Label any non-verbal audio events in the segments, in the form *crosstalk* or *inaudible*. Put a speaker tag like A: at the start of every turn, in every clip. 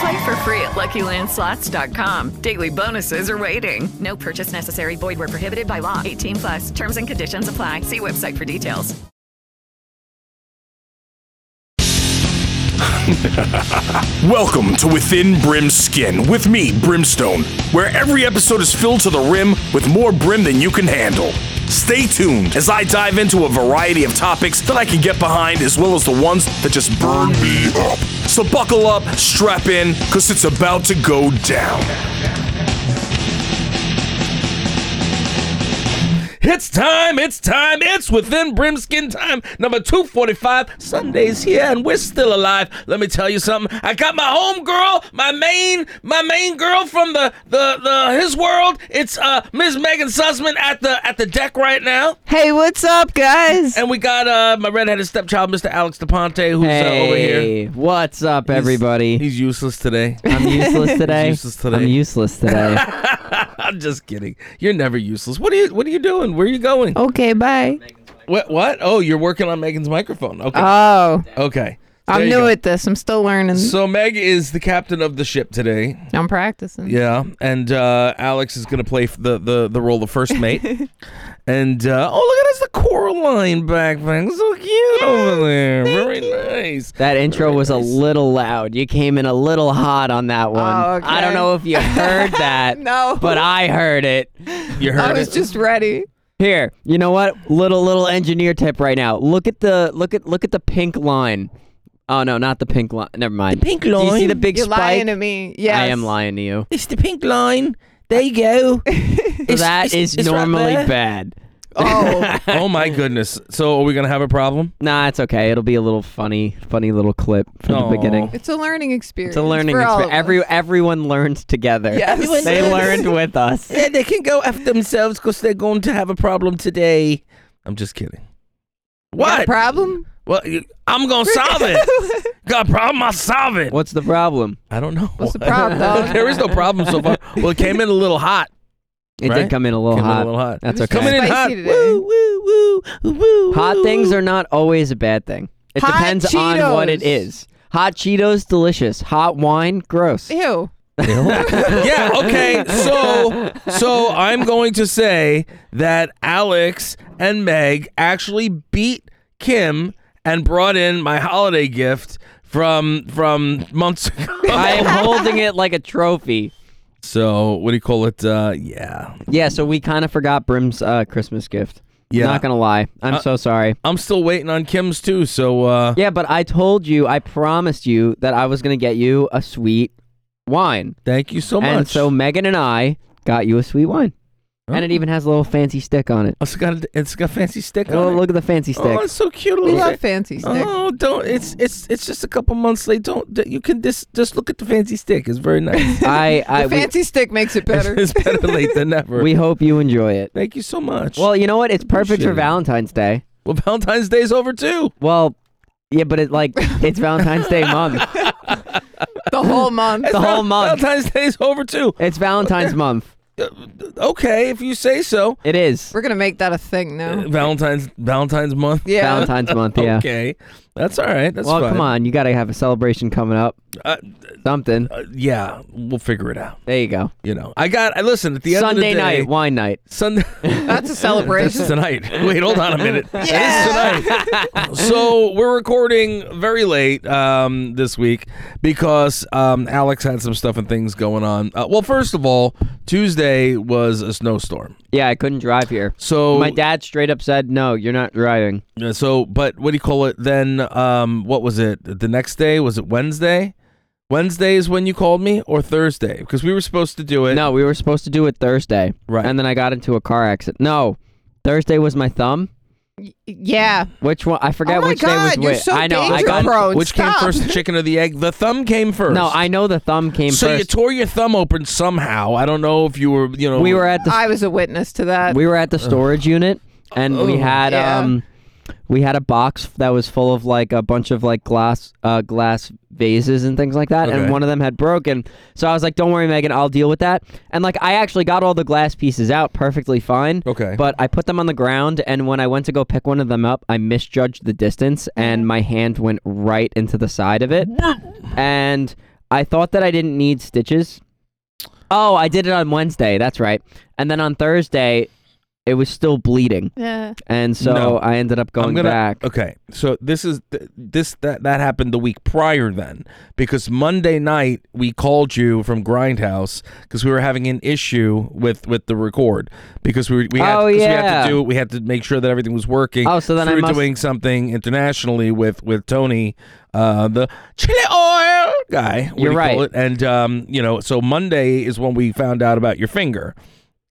A: Play for free at LuckyLandSlots.com. Daily bonuses are waiting. No purchase necessary. Void where prohibited by law. 18 plus. Terms and conditions apply. See website for details.
B: Welcome to Within Brim's Skin with me, Brimstone, where every episode is filled to the rim with more brim than you can handle. Stay tuned as I dive into a variety of topics that I can get behind, as well as the ones that just burn me up. So buckle up, strap in, because it's about to go down.
C: It's time, it's time, it's within Brimskin time, number 245. Sunday's here and we're still alive. Let me tell you something. I got my home girl, my main, my main girl from the the, the his world. It's uh Ms. Megan Sussman at the at the deck right now.
D: Hey, what's up, guys?
C: And we got uh my redheaded stepchild, Mr. Alex DePonte, who's uh, over here.
D: Hey, what's up, everybody?
C: He's useless today.
D: I'm
C: *laughs*
D: useless today.
C: useless today.
D: I'm useless today.
C: *laughs* I'm just kidding. You're never useless. What are you what are you doing? Where are you going?
D: okay, bye.
C: What what? Oh, you're working on Megan's microphone. Okay.
D: Oh,
C: okay. There
D: I'm
C: you
D: new
C: go.
D: at this. I'm still learning.
C: So Meg is the captain of the ship today.
D: I'm practicing.
C: Yeah, and uh, Alex is going to play f- the, the the role of
D: *laughs*
C: first mate. and uh, oh, look at us, the Coraline backpack, so cute over there. Very nice.
E: That intro was a little loud. You came in a little hot on that one.
D: Oh, okay.
E: I don't know if you
D: *laughs*
E: heard that.
D: No.
E: But I heard it.
C: You
D: I
C: heard
D: was
C: it.
D: just ready.
E: Here, you know what? Little little engineer tip right now. Look at the look at look at the pink line. Oh no, not the pink line. Never mind. The
C: pink
E: Do you see
C: line?
E: the big
D: You're
E: spike?
D: lying to me. Yes.
E: I am lying to you.
C: it's the pink line. There you go.
E: So that is normally bad.
D: Oh,
C: oh my goodness. So are we going to have a problem?
E: Nah, it's okay. It'll be a little funny, funny little clip from
C: Aw.
E: the beginning.
D: it's a learning experience.
E: It's a learning
D: for all of
E: experience.
D: us.
E: Every everyone learns together.
D: Yes. Everyone *laughs*
E: they
D: does.
E: learned with us.
C: Yeah, they can go after themselves because they're going to have a problem today. I'm just kidding.
D: You got a
C: What?
D: problem?
C: well, you- I'm going to
D: *laughs*
C: solve *laughs* it. Got a problem? I'll solve it.
E: What's the problem?
C: I don't know. *laughs*
D: What's the problem, dog?
C: there is no problem so far. Well, it came in a little hot.
E: It
C: Right?
E: did come in a little,
C: Came in a
E: hot.
C: little hot.
E: That's
D: It was
E: okay.
D: coming
C: Coming in
D: Spicy
C: hot.
D: today.
C: Woo, woo, woo, woo,
E: hot
C: woo,
E: things
C: woo.
E: are not always a bad thing. It
D: Hot
E: depends on what it
D: Cheetos.
E: is. Hot Cheetos, delicious. Hot wine, gross.
D: Ew. *laughs*
C: yeah. Okay. So, so I'm going to say that Alex and Meg actually beat Kim and brought in my holiday gift from from months ago.
E: I am holding it like a trophy.
C: *laughs* so what do you call it? Uh, yeah.
E: Yeah, so we kind of forgot Brim's uh, Christmas gift.
C: Yeah. Uh,
E: Not gonna lie, I'm so sorry.
C: I'm still waiting on Kim's too. So uh,
E: Yeah, but I told you, I promised you that I was gonna get you a sweet wine,
C: thank you so
E: and
C: much.
E: so Megan and I got you a sweet wine, and it
C: Oh.
E: even has a little fancy stick on it.
C: it's got a, it's got a fancy stick on
E: Oh,
C: it.
E: look at the fancy stick.
C: Oh, it's so cute. a
D: We
C: little
D: love fancy stick.
C: Oh, don't! It's it's it's just a couple months late. Don't you can just just look at the fancy stick. It's very nice.
E: I, I
D: the
E: we-
D: fancy stick makes it better.
C: *laughs* it's better
E: *laughs*
C: late than never.
E: we hope you enjoy it.
C: Thank you so much. Well,
E: Well, you know what? It's perfect
C: Appreciate
E: for
C: it.
E: Valentine's Day.
C: well, Valentine's Day's over too.
E: Well, yeah, but it like it's Valentine's Day month.
D: *laughs* the whole month.
E: The whole month.
C: Valentine's Day's over too. Uh,
E: It's Valentine's month.
C: Okay, if you say so.
E: It is
D: We're gonna make that a thing now.
C: Valentine's Valentine's month.
D: Yeah.
E: Valentine's month. Yeah.
C: Okay. That's all right. That's
E: well,
C: fine.
E: come on, you gotta have a celebration coming up.
C: Uh,
E: Something.
C: uh, yeah, we'll figure it out.
E: There you go.
C: You know, I got. I listen at the end
E: Sunday
C: of the day,
E: night, wine night.
C: Sunday.
E: *laughs*
D: That's a celebration.
C: That's tonight. *laughs* Wait, hold on
D: *laughs*
C: a minute. That is tonight. so we're recording very late um, this week because um, Alex had some stuff and things going on. Uh, well, first of all, Tuesday was a snowstorm.
E: Yeah, I couldn't drive here.
C: So
E: my dad straight up said, "No, you're not driving."
C: Yeah, So, but what do you call it? Then, um, what was it? The next day was it Wednesday? Wednesday is when you called me, or Thursday? Because we were supposed to do it.
E: No, we were supposed to do it Thursday.
C: Right.
E: And then I got into a car accident. No, Thursday was my thumb.
D: yeah.
E: Which one? I forget
D: Oh my
E: which day was
D: God, you're
E: which.
D: so
E: I know. I
D: danger
E: got.
D: prone.
C: which
D: Stop.
C: came first, the chicken or the egg? The thumb came first.
E: No, I know the thumb came
C: So you
E: first.
C: tore your thumb open somehow. I don't know if you were, you know.
E: we were at the
D: I was a witness to that.
E: we were at the storage unit and we had
D: Yeah.
E: um we had a box that was full of like a bunch of like glass uh glass vases and things like that
C: Okay.
E: and one of them had broken so i was like don't worry megan i'll deal with that and like i actually got all the glass pieces out perfectly fine
C: Okay.
E: but i put them on the ground and when i went to go pick one of them up i misjudged the distance and my hand went right into the side of it and i thought that i didn't need stitches oh i did it on wednesday that's right and then on thursday it was still bleeding
D: yeah.
E: and so
C: No.
E: I ended up
C: I'm
E: going
C: gonna-
E: back.
C: Okay, so this is th- this that that happened the week prior then because Monday night we called you from Grindhouse because we were having an issue with with the record because we we had,
E: Oh,
C: 'cause we had
E: yeah.
C: to do we had to make sure that everything was working.
E: Oh, so then I
C: through
E: must-
C: doing something internationally with with Tony, uh, the chili oil guy.
E: You're
C: what do you call
E: right.
C: it? and um, you know, so Monday is when we found out about your finger,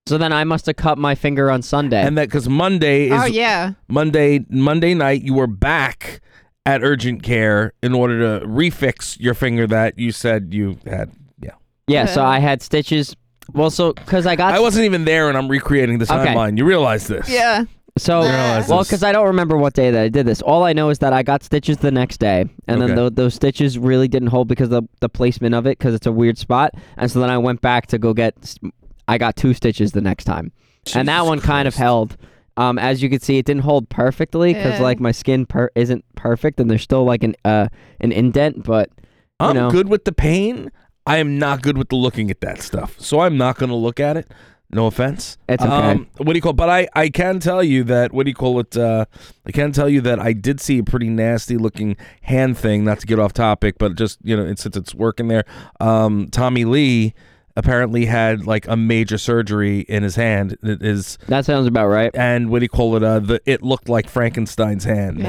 E: So then I must have cut my finger on Sunday.
C: and that because Monday is
D: Oh yeah.
C: Monday Monday night you were back at urgent care in order to refix your finger that you said you had. Yeah.
E: yeah, so I had stitches. Well, so because I got
C: I wasn't even there and I'm recreating this
E: Okay.
C: timeline. You realize this.
D: Yeah.
E: so
C: realize
E: well
C: this.
E: because I don't remember what day that I did this. All I know is that I got stitches the next day, and
C: Okay.
E: then tho- those stitches really didn't hold because of the placement of it because it's a weird spot. And so then I went back to go get. s- I got two stitches the next time, and that
C: Jesus
E: one kind of
C: Christ.
E: held. Um, as you can see, it didn't hold perfectly because
D: Yeah.
E: like my skin per- isn't perfect, and there's still like an uh an indent, but. you
C: I'm
E: know.
C: good with the pain. I am not good with the looking at that stuff. So I'm not going to look at it. No offense. Um,
E: It's okay.
C: what do you call? But I, I can tell you that what do you call it? Uh, I can tell you that I did see a pretty nasty looking hand thing. Not to get off topic, but just you know, it, since it's working there, um, Tommy Lee apparently had like a major surgery in his hand. It is
E: That sounds about right.
C: and what do you call it? Uh, the it looked like Frankenstein's hand. man.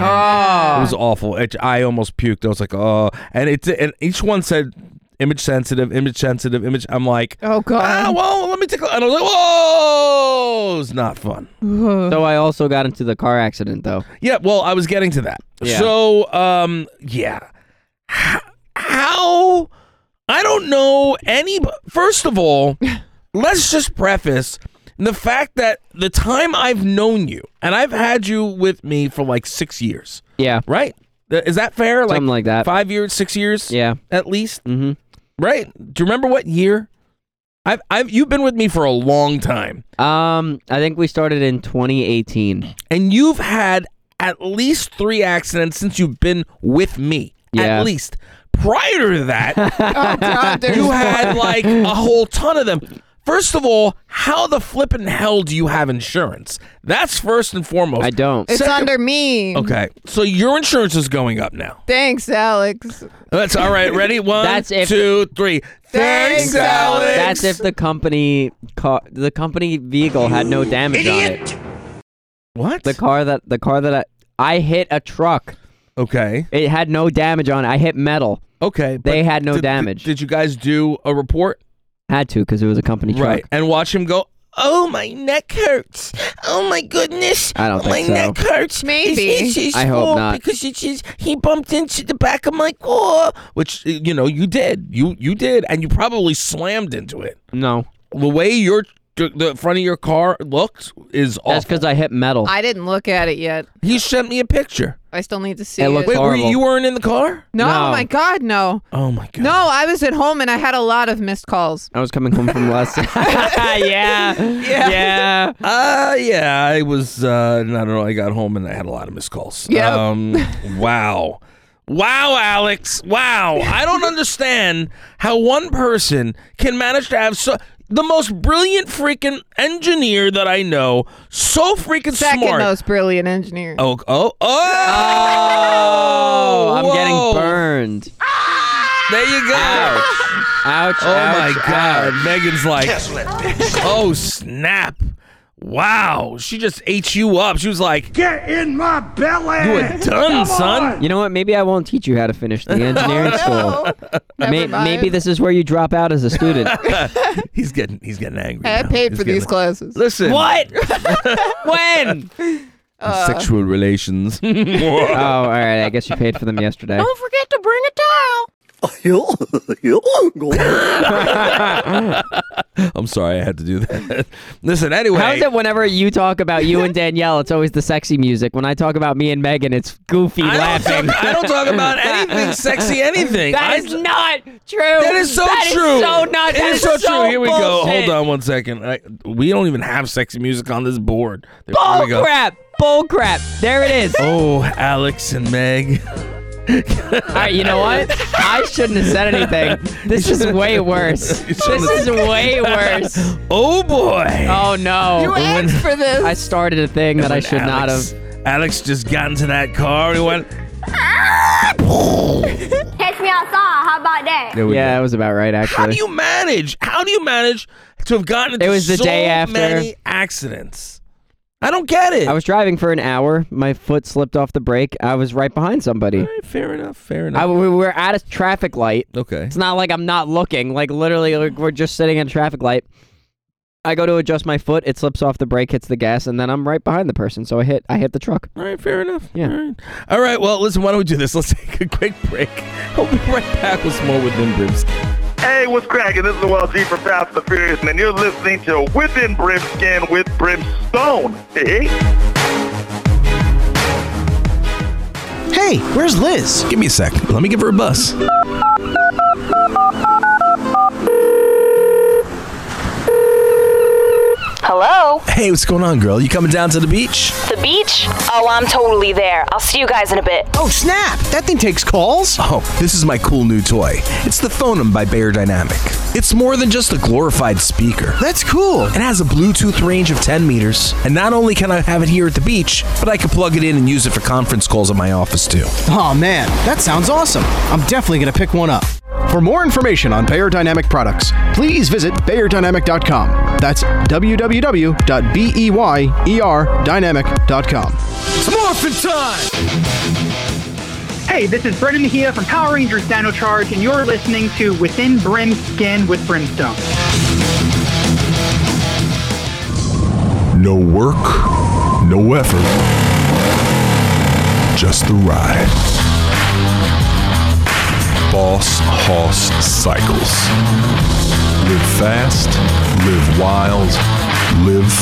C: It was awful. It, I almost puked. I was like, oh. And it's and each one said image sensitive, image sensitive, image. I'm like,
D: Oh
C: ah,
D: god.
C: well, let me take. a And I was like, whoa, it's not fun.
E: So I also got into the car accident though.
C: Yeah. Well, I was getting to that.
E: Yeah.
C: So, um, yeah. H- How? I don't know any. First
E: *laughs*
C: of all, let's just preface the fact that the time I've known you and I've had you with me for like six years,
E: Yeah.
C: right? Th- Is that fair?
E: Something like that.
C: Five years, six years,
E: Yeah.
C: at least,
E: Mm-hmm.
C: right? Do you remember what year? I've, I've you've been with me for a long time.
E: Um, I think we started in 2018.
C: and you've had at least three accidents since you've been with me.
E: Yeah.
C: At least. Prior to
E: *laughs*
C: that,
D: Oh god. There's
C: you had like a whole ton of them. First of all, how the flippin' hell do you have insurance? That's first and foremost.
E: I don't.
D: *laughs* It's
C: Second-
D: under me.
C: Okay, so your insurance is going up now.
D: Thanks, Alex.
C: That's all right.
E: *laughs*
C: Ready? One,
E: That's if-
C: two, three. Thanks,
D: Thanks,
C: Alex.
D: Alex.
E: That's if the company car, the company vehicle had no damage on it.
C: what?
E: The car that the car that I, I hit a truck.
C: okay.
E: It had no damage on it. I hit metal.
C: Okay.
E: They
C: but
E: had no
C: did-
E: damage.
C: Did you guys do a report?
E: Had to because it was a company truck.
C: Right. And watch him go, Oh, my neck hurts. Oh, my goodness. Oh,
E: I don't
C: my
E: think so.
C: neck hurts.
D: Maybe.
C: It's, it's his
E: I hope
C: fault
E: not.
C: Because it's his, he bumped into the back of my car, which, uh, you know, you did. You you did. And you probably slammed into it.
E: No,
C: The way your the front of your car looked is
E: that's
C: awful.
E: because I hit metal.
D: I didn't look at it yet.
C: he sent me a picture.
D: I still need to see
E: It
D: it.
E: looked
C: Wait, were you,
E: Horrible.
C: you weren't in the car?
D: no,
E: No.
D: my God, no.
C: Oh my god.
D: No, I was at home and I had a lot of missed calls.
E: I was coming home from
D: *laughs*
C: *laughs*
E: lesson. yeah, yeah, yeah.
C: Uh yeah, I was uh I don't know, I got home and I had a lot of missed calls.
D: Yep.
C: Um wow. Wow, Alex. Wow. I don't understand how one person can manage to have so the most brilliant freaking engineer that I know, so freaking
D: Second
C: smart.
D: most brilliant engineer.
C: Oh, oh, oh!
E: Oh, I'm
C: Whoa.
E: getting burned.
C: There you go.
E: Ouch!
C: Oh my God! Megan's like, *laughs* oh snap! Wow, she just ate you up. She was like, get in my belly. You a done, son.
E: You know what? Maybe I won't teach you how to
C: *laughs*
E: finish the engineering school. May-
D: Oh, mind.
E: maybe this is where you drop out
C: *laughs*
E: as a student.
C: He's getting, he's getting angry.
D: I
C: now.
D: paid
C: He's
D: for
C: getting-
D: these classes.
C: Listen, *laughs*
E: what? when?
C: sexual *laughs* relations? Uh,
E: Oh, all right. I guess you paid for them yesterday.
D: forget to bring a towel.
C: I'm sorry, I had to do that. *laughs* Listen, anyway.
E: How is it whenever you talk about
C: *laughs*
E: you and Danielle, it's always the sexy music? When I talk about me and Megan, it's goofy
C: I don't,
E: laughing.
C: talk, *laughs* I don't talk about anything sexy, anything. I-
E: *laughs* That is not true.
C: That is so
E: That is
C: true.
E: so not.
C: It
E: that
C: is so true. Here we go.
E: bullshit.
C: Hold on one second. I, we don't even have sexy music on this board. There, here we
E: Bull
C: go.
E: crap. Bull crap. There it
C: *laughs*
E: is.
C: Oh, Alex
E: *laughs*
C: and Meg.
E: All right, you know what? I shouldn't have said
C: *laughs*
E: anything. This is way worse.
C: You
E: This
C: shouldn't
E: is way worse.
C: *laughs* Oh boy.
E: Oh
D: You
E: no!
D: asked for this.
E: I started a thing that I should not have.
C: have. Alex just got into that car. He went.
F: Catch me outside. How about that?
C: There we
E: Yeah, it
C: go.
E: was about right
C: How do
E: actually.
C: you manage? How do you manage to have gotten into
E: It was the
C: so
E: day after.
C: many accidents? I don't get it.
E: I was driving for an hour. My foot slipped off the brake. I was right behind somebody.
C: fair enough. Fair enough.
E: I, we were at a traffic light.
C: okay.
E: It's not like I'm not looking. Like literally, like, we're just sitting at a traffic light. I go to adjust my foot. It slips off the brake, hits the gas, and then I'm right behind the person. So I hit. I hit the truck.
C: All right, fair enough.
E: Yeah.
C: All right. All right, well, listen, why don't we do
G: *laughs*
C: this? Let's take a quick break. We'll be right back with some more Within Brimskin.
H: Hey, what's cracking? This is Noel G from Fast and the Furious, and you're listening to Within Brimskin with Brimstone. Hey.
I: Hey, where's Liz?
G: Give me a sec. Let me give her a bus.
F: Hello?
G: Hey, what's going on, girl? You coming down to the beach?
F: The beach? Oh, I'm totally there. I'll see you guys in a bit.
I: Oh, snap! That thing takes calls?
G: Oh, this is my cool new toy. It's the Phonem by Bayer Dynamic. It's more than just a glorified speaker.
I: That's cool.
G: It has a Bluetooth range of 10 meters, and not only can I have it here at the beach, but I can plug it in and use it for conference calls at my office too.
I: Oh, man, that sounds awesome. I'm definitely going to pick one up. For more information on Bayer Dynamic products, please visit BayerDynamic.com. That's www.beyerdynamic.com.
F: Hey, this is Brennan here from Power Rangers Dino Charge, and you're listening to Within Brim Skin with Brimstone.
J: No work, no effort, just the ride. Boss Hoss Cycles. Live fast, live wild, live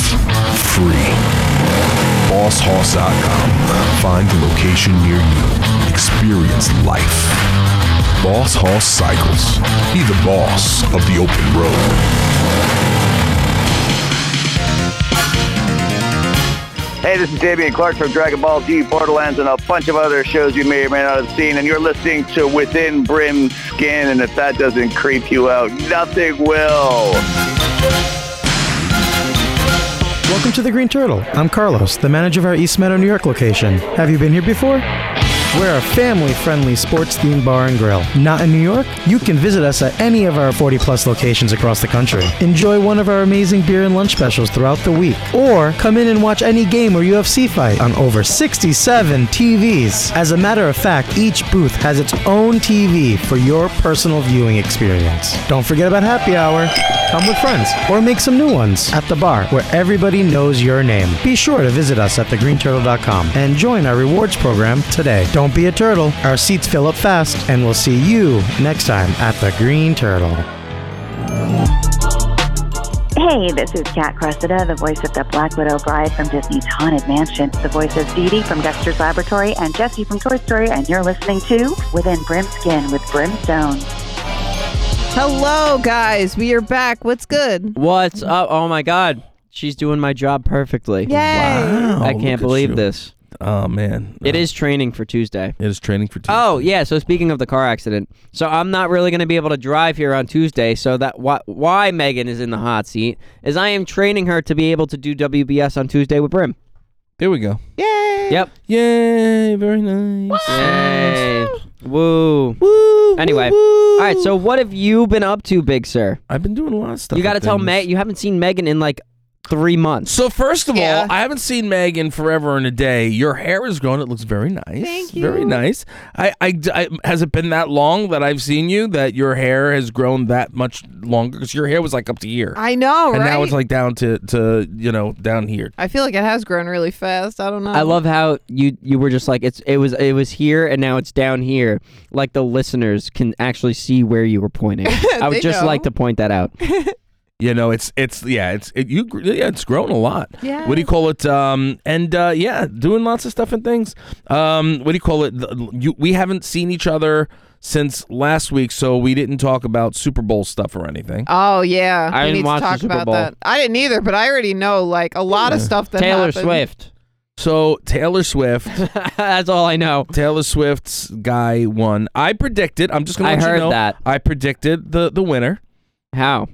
J: free. BossHoss.com. Find the location near you. Experience life. Boss Hoss Cycles. Be the boss of the open road.
H: Hey, this is Damian Clark from Dragon Ball Z, Borderlands, and a bunch of other shows you may or may not have seen. And you're listening to Within Brim Skin, and if that doesn't creep you out, nothing will.
I: Welcome to the Green Turtle. I'm Carlos, the manager of our East Meadow, New York location. Have you been here before? We're a family friendly sports themed bar and grill. Not in New York? You can visit us at any of our 40 plus locations across the country. Enjoy one of our amazing beer and lunch specials throughout the week. Or come in and watch any game or UFC fight on over 67 TVs. As a matter of fact, each booth has its own TV for your personal viewing experience. Don't forget about happy hour. Come with friends or make some new ones at the bar where everybody knows your name. Be sure to visit us at thegreenturtle.com and join our rewards program today. Don't be a turtle. Our seats fill up fast, and we'll see you next time at the Green Turtle.
K: Hey, this is Kat Cressida, the voice of the Black Widow Bride from Disney's Haunted Mansion, the voice of Dee Dee from Dexter's Laboratory, and Jesse from Toy Story, and you're listening to Within Brimskin with Brimstone.
D: Hello, guys. We are back. What's good?
E: What's up? Oh my God, she's doing my job perfectly.
D: Yay. Wow,
E: I
C: Oh, look
E: can't
C: at
E: believe
C: you.
E: this.
C: Oh man,
E: it is training for Tuesday.
C: It is training for Tuesday.
E: Oh yeah. So speaking of the car accident, so I'm not really going to be able to drive here on Tuesday. So that why, why Megan is in the hot seat is I am training her to be able to do WBS on Tuesday with Brim.
C: There we go.
E: Yay! Yep.
C: Yay! Very nice.
E: Yay! Woo! Woo! Anyway, all right. So what have you been up to, Big Sir?
C: I've been doing a lot of stuff.
E: You got to
C: with
E: tell
C: things.
E: Meg. You haven't seen Megan in like three months.
C: So first of all, I haven't seen Megan forever and a day. Your hair is grown. It looks very nice. Thank you. Very nice. I, I, I- has it been that long that I've seen you that your hair has grown that much longer? Because your hair was like up to here.
D: I know,
C: And now
D: right?
C: it's like down to to you know down here.
D: I feel like it has grown really fast. I don't know.
E: I love how you you were just like it's it was it was here and now it's down here. Like the listeners can actually see where you
D: *laughs*
E: were pointing. I
D: They
E: would just
D: know.
E: like to point that out.
C: You know, it's it's yeah, it's it, you gr- yeah, it's grown a lot. Yeah. What do you call it? Um, and uh, yeah, doing lots of stuff and things. Um, what do you call it? The- You, we haven't seen each other since last week, so we didn't talk about Super Bowl stuff or anything.
D: Oh yeah,
C: I
D: we need
C: didn't watch
D: to
C: the
D: talk
C: Super
D: about
C: Bowl.
D: that. I didn't either, but I already know like a lot of stuff *laughs* that happened.
C: So Taylor Swift.
E: *laughs* That's all I know.
C: Taylor Swift's guy won. I predicted. I'm just gonna.
E: I
C: Let
E: heard
C: you know,
E: that.
C: I predicted the the winner.
E: How?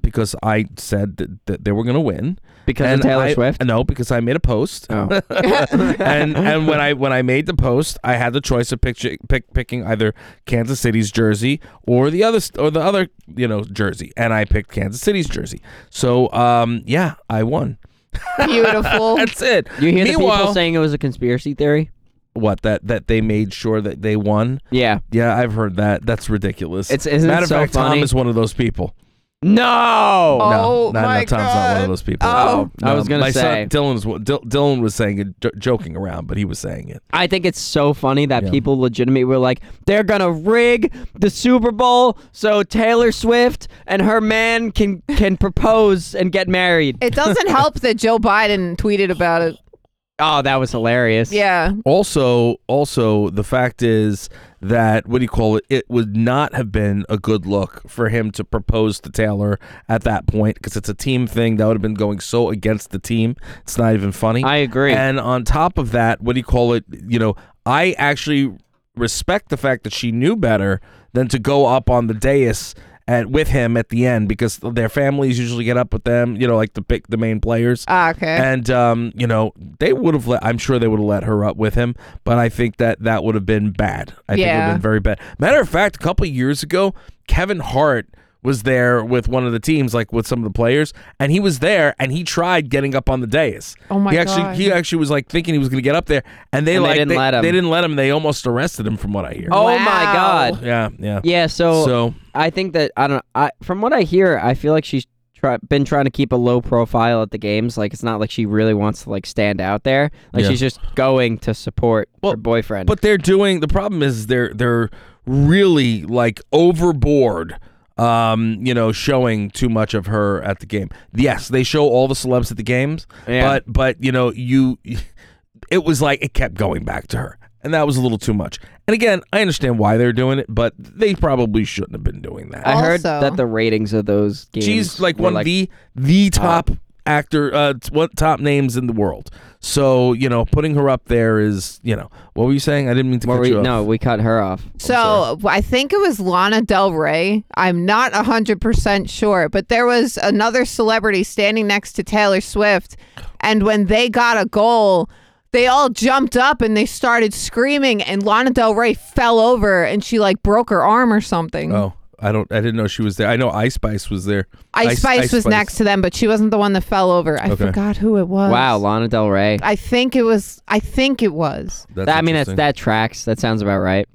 C: Because I said that, that they were gonna win.
E: Because of
C: And
E: Taylor
C: I-
E: Swift?
C: No, because I made a post.
E: Oh.
C: *laughs*
E: *laughs*
C: and and when I when I made the post, I had the choice of picture, pick, picking either Kansas City's jersey or the other or the other you know jersey, and I picked Kansas City's jersey. So um yeah, I won. *laughs*
D: Beautiful.
C: That's it.
E: You hear the
C: Meanwhile-
E: people saying it was a conspiracy theory?
C: What that that they made sure that they won?
E: Yeah,
C: yeah, I've heard that. That's ridiculous.
E: It's- isn't it
C: matter
E: so
C: of fact,
E: funny?
C: Tom is one of those people.
E: No.
D: Oh,
C: no, no, no, Tom's not one of those people.
E: Oh. I was gonna
C: my
E: say.
C: son Dylan's. Dil- Dylan was saying it, j- joking around, but he was saying it.
E: I think it's so funny that
C: Yeah.
E: people legitimately were like, they're gonna rig the Super Bowl so Taylor Swift and her man can
C: *laughs*
E: can propose and get married.
D: It doesn't help that Joe Biden tweeted about it.
E: Oh, that was hilarious.
D: Yeah.
C: Also, also the fact is that what do you call it? It would not have been a good look for him to propose to Taylor at that point because it's a team thing that would have been going so against the team. It's not even funny. I
E: agree.
C: And on top of that, what do you call it? You know, I actually respect the fact that she knew better than to go up on the dais. At, with him at the end because their families usually get up with them, you know, like the pick the main players.
D: Ah, okay.
C: And um, you know, they would have let I'm sure they would have let her up with him, but I think that that would have been bad. I think it would
D: Yeah.
C: have been very bad. Matter of fact, a couple of years ago, Kevin Hart was there with one of the teams, like with some of the players, and he was there and he tried getting up on the dais.
D: Oh my
C: he actually
D: God.
C: he actually was like thinking he was gonna get up there and they
E: And they
C: like
E: didn't let him.
C: they didn't let him. They almost arrested him from what I hear.
E: Oh my God.
C: Yeah, yeah.
E: Yeah, so,
C: So-
E: I think that I don't I from what I hear, I feel like she's try, been trying to keep a low profile at the games. Like it's not like she really wants to like stand out there. Like
C: Yeah.
E: she's just going to support her boyfriend.
C: But they're doing the problem is they're they're really like overboard. Um, you know, showing too much of her at the game. Yes, they show all the celebs at the games,
E: Yeah.
C: but but you know, you it was like it kept going back to her. And that was a little too much. And again, I understand why they're doing it, but they probably shouldn't have been doing that.
E: I heard that the ratings of those games
C: She's like
E: were,
C: one of the the top actor, uh, t- what top names in the world. So you know, putting her up there is you know what were you saying? I didn't mean to cut
E: were
C: you
E: you-
C: off.
E: no, we cut her off.
D: So I think it was Lana Del Rey. I'm not 100% sure, but there was another celebrity standing next to Taylor Swift. And when they got a goal, they all jumped up and they started screaming. And Lana Del Rey fell over and she like broke her arm or something.
C: Oh, I don't. I didn't know she was there. I know Ice Spice was there.
D: Ice Spice was next to them, but she wasn't the one that fell over. I
C: Okay.
D: forgot who it was.
E: Wow, Lana Del Rey.
D: I think it was. I think it was.
C: That's
E: That- I mean, that's
C: interesting.
E: that tracks. That sounds about right.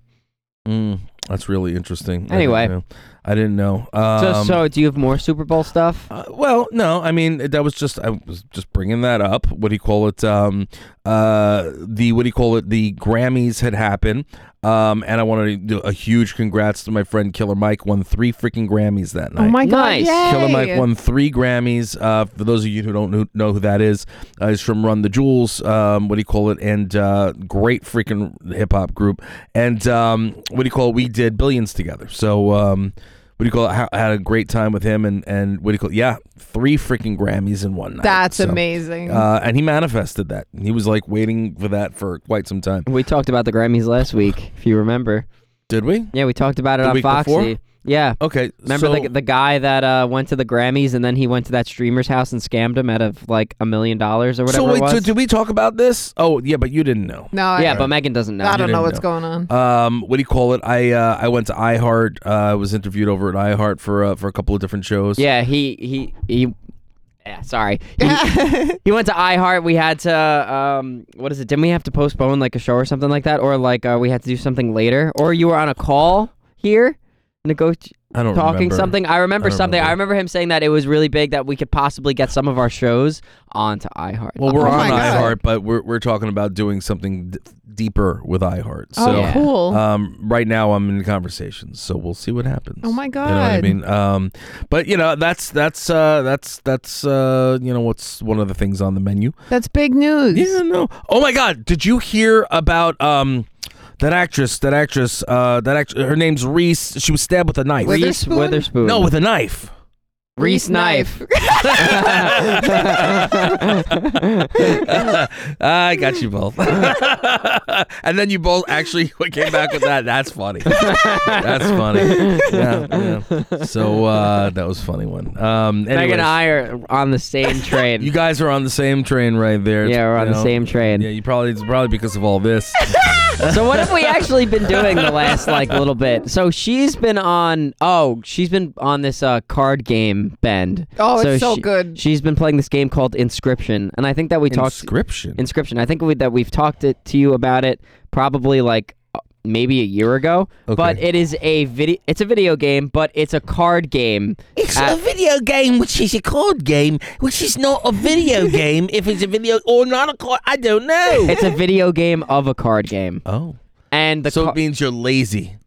C: Mm, that's really interesting. I
E: Anyway.
C: didn't know. I didn't know.
E: so,
C: Um, uh,
E: so do you have more Super Bowl stuff?
C: well, no, I mean that was just I was just bringing that up. What do you call it? Um, uh, the what do you call it? The Grammys had happened, um, and I wanted to do a huge congrats to my friend Killer Mike. Won three freaking Grammys that night.
D: my God, Nice. yay.
C: Killer Mike won three Grammys. Uh, for those of you who don't kno- know who that is, uh, he's from Run the Jewels. Um, what do you call it? And uh, great freaking hip hop group. And um, what do you call it? We did billions together. So um, what do you call it? Ha- had a great time with him. And and what do you call it? Yeah, three freaking Grammys in one night.
D: That's
C: So,
D: amazing.
C: Uh, and he manifested that. He was like waiting for that for quite some time.
E: We talked about the Grammys last week, if you remember.
C: Did we?
E: Yeah, we talked about it
C: The
E: on
C: week
E: Foxy.
C: before?
E: Yeah.
C: Okay.
E: Remember
C: so-
E: the, the guy that uh, went to the Grammys and then he went to that streamer's house and scammed him out of like a million dollars or whatever
C: so
E: it
C: wait,
E: was?
C: so did we talk about this? Oh yeah, but you didn't know.
D: No, I-
E: yeah, but Megan doesn't know.
D: I don't
C: You
D: know
C: didn't
D: what's going on.
C: Um, what do you call it? I uh, I went to iHeart. Uh, I was interviewed over at iHeart for uh, for a couple of different shows.
E: Yeah, he he he. Yeah, sorry. He, he went to iHeart. We had to um, what is it? Didn't we have to postpone like a show or something like that, or like uh, we had to do something later, or you were on a call here, negoti-
C: I don't
E: talking
C: remember.
E: something. I remember
C: I don't
E: something.
C: remember.
E: I remember him saying that it was really big that we could possibly get some of our shows onto iHeart.
C: Well, we're
E: Oh
C: on
E: my God.
C: iHeart, but we're we're talking about doing something d- deeper with iHeart.
D: Oh,
C: So,
D: Yeah. cool.
C: Um, right now I'm in conversations, so we'll see what happens.
D: Oh my
C: You know what I
D: God.
C: mean? Um, but you know that's that's uh, that's that's uh, you know what's one of the things on the menu.
D: That's big news.
C: Yeah, no. Oh my God! Did you hear about um that actress? That actress. Uh, that act- her name's Reese. She was stabbed with a knife.
E: Reese Witherspoon? Witherspoon.
C: No, with a
E: *laughs*
C: knife.
E: Reese Knife.
C: I got you both. *laughs* and then you both actually *laughs* came back with that. That's funny. That's funny. Yeah, yeah. So uh, that was a funny one. Um,
E: Megan
C: anyways.
E: and I are on the
C: *laughs*
E: same train.
C: You guys are on the same train right there.
E: Yeah, we're on
C: You
E: the same train.
C: Yeah, you probably it's probably because of
E: *laughs*
C: all this.
E: so what have we actually been doing the last like little bit? So she's been on oh, she's been on this uh, card game bend.
D: Oh, it's so good.
E: She's been playing this game called Inscription, and I think that we talked
C: Inscription.
E: Inscription. I think we, that we've talked it, to you about it probably like uh, maybe a year ago. But it is a video. It's a video game, but it's a card game.
L: It's
E: at-
L: a video game, which is a card game, which is not
E: *laughs*
L: a video game. If it's a video or not a card, I don't know.
E: it's a video game of a card game.
C: Oh.
E: And the
C: so it means you're lazy.